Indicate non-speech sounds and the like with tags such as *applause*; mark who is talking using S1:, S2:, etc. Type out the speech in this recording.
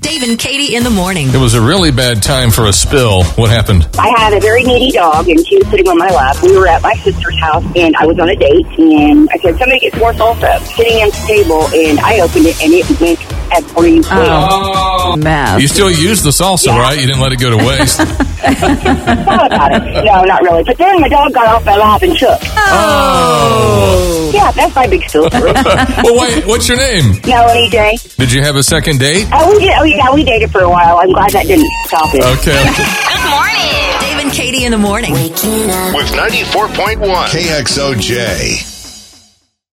S1: Dave and Katie in the morning.
S2: It was a really bad time for a spill. What happened?
S3: I had a very needy dog, and she was sitting on my lap. We were at my sister's house, and I was on a date, and I said, "Somebody get some more salsa." Sitting at the table, and I opened it, and it went everywhere.
S2: Oh.
S4: Mess.
S2: You still used the salsa, right? You didn't let it go to waste.
S3: Thought
S2: *laughs*
S3: about it. No, not really. But then my dog got off my lap and shook.
S2: oh.
S3: Yeah, that's my big story.
S2: *laughs* well, wait. What's your name?
S3: Melanie J.
S2: Did you have a second date?
S3: Oh, we did. Oh, yeah, we dated for a while. I'm glad that didn't stop it.
S2: Okay.
S1: Good morning. Dave and Katie in the morning.
S5: With 94.1
S6: KXOJ.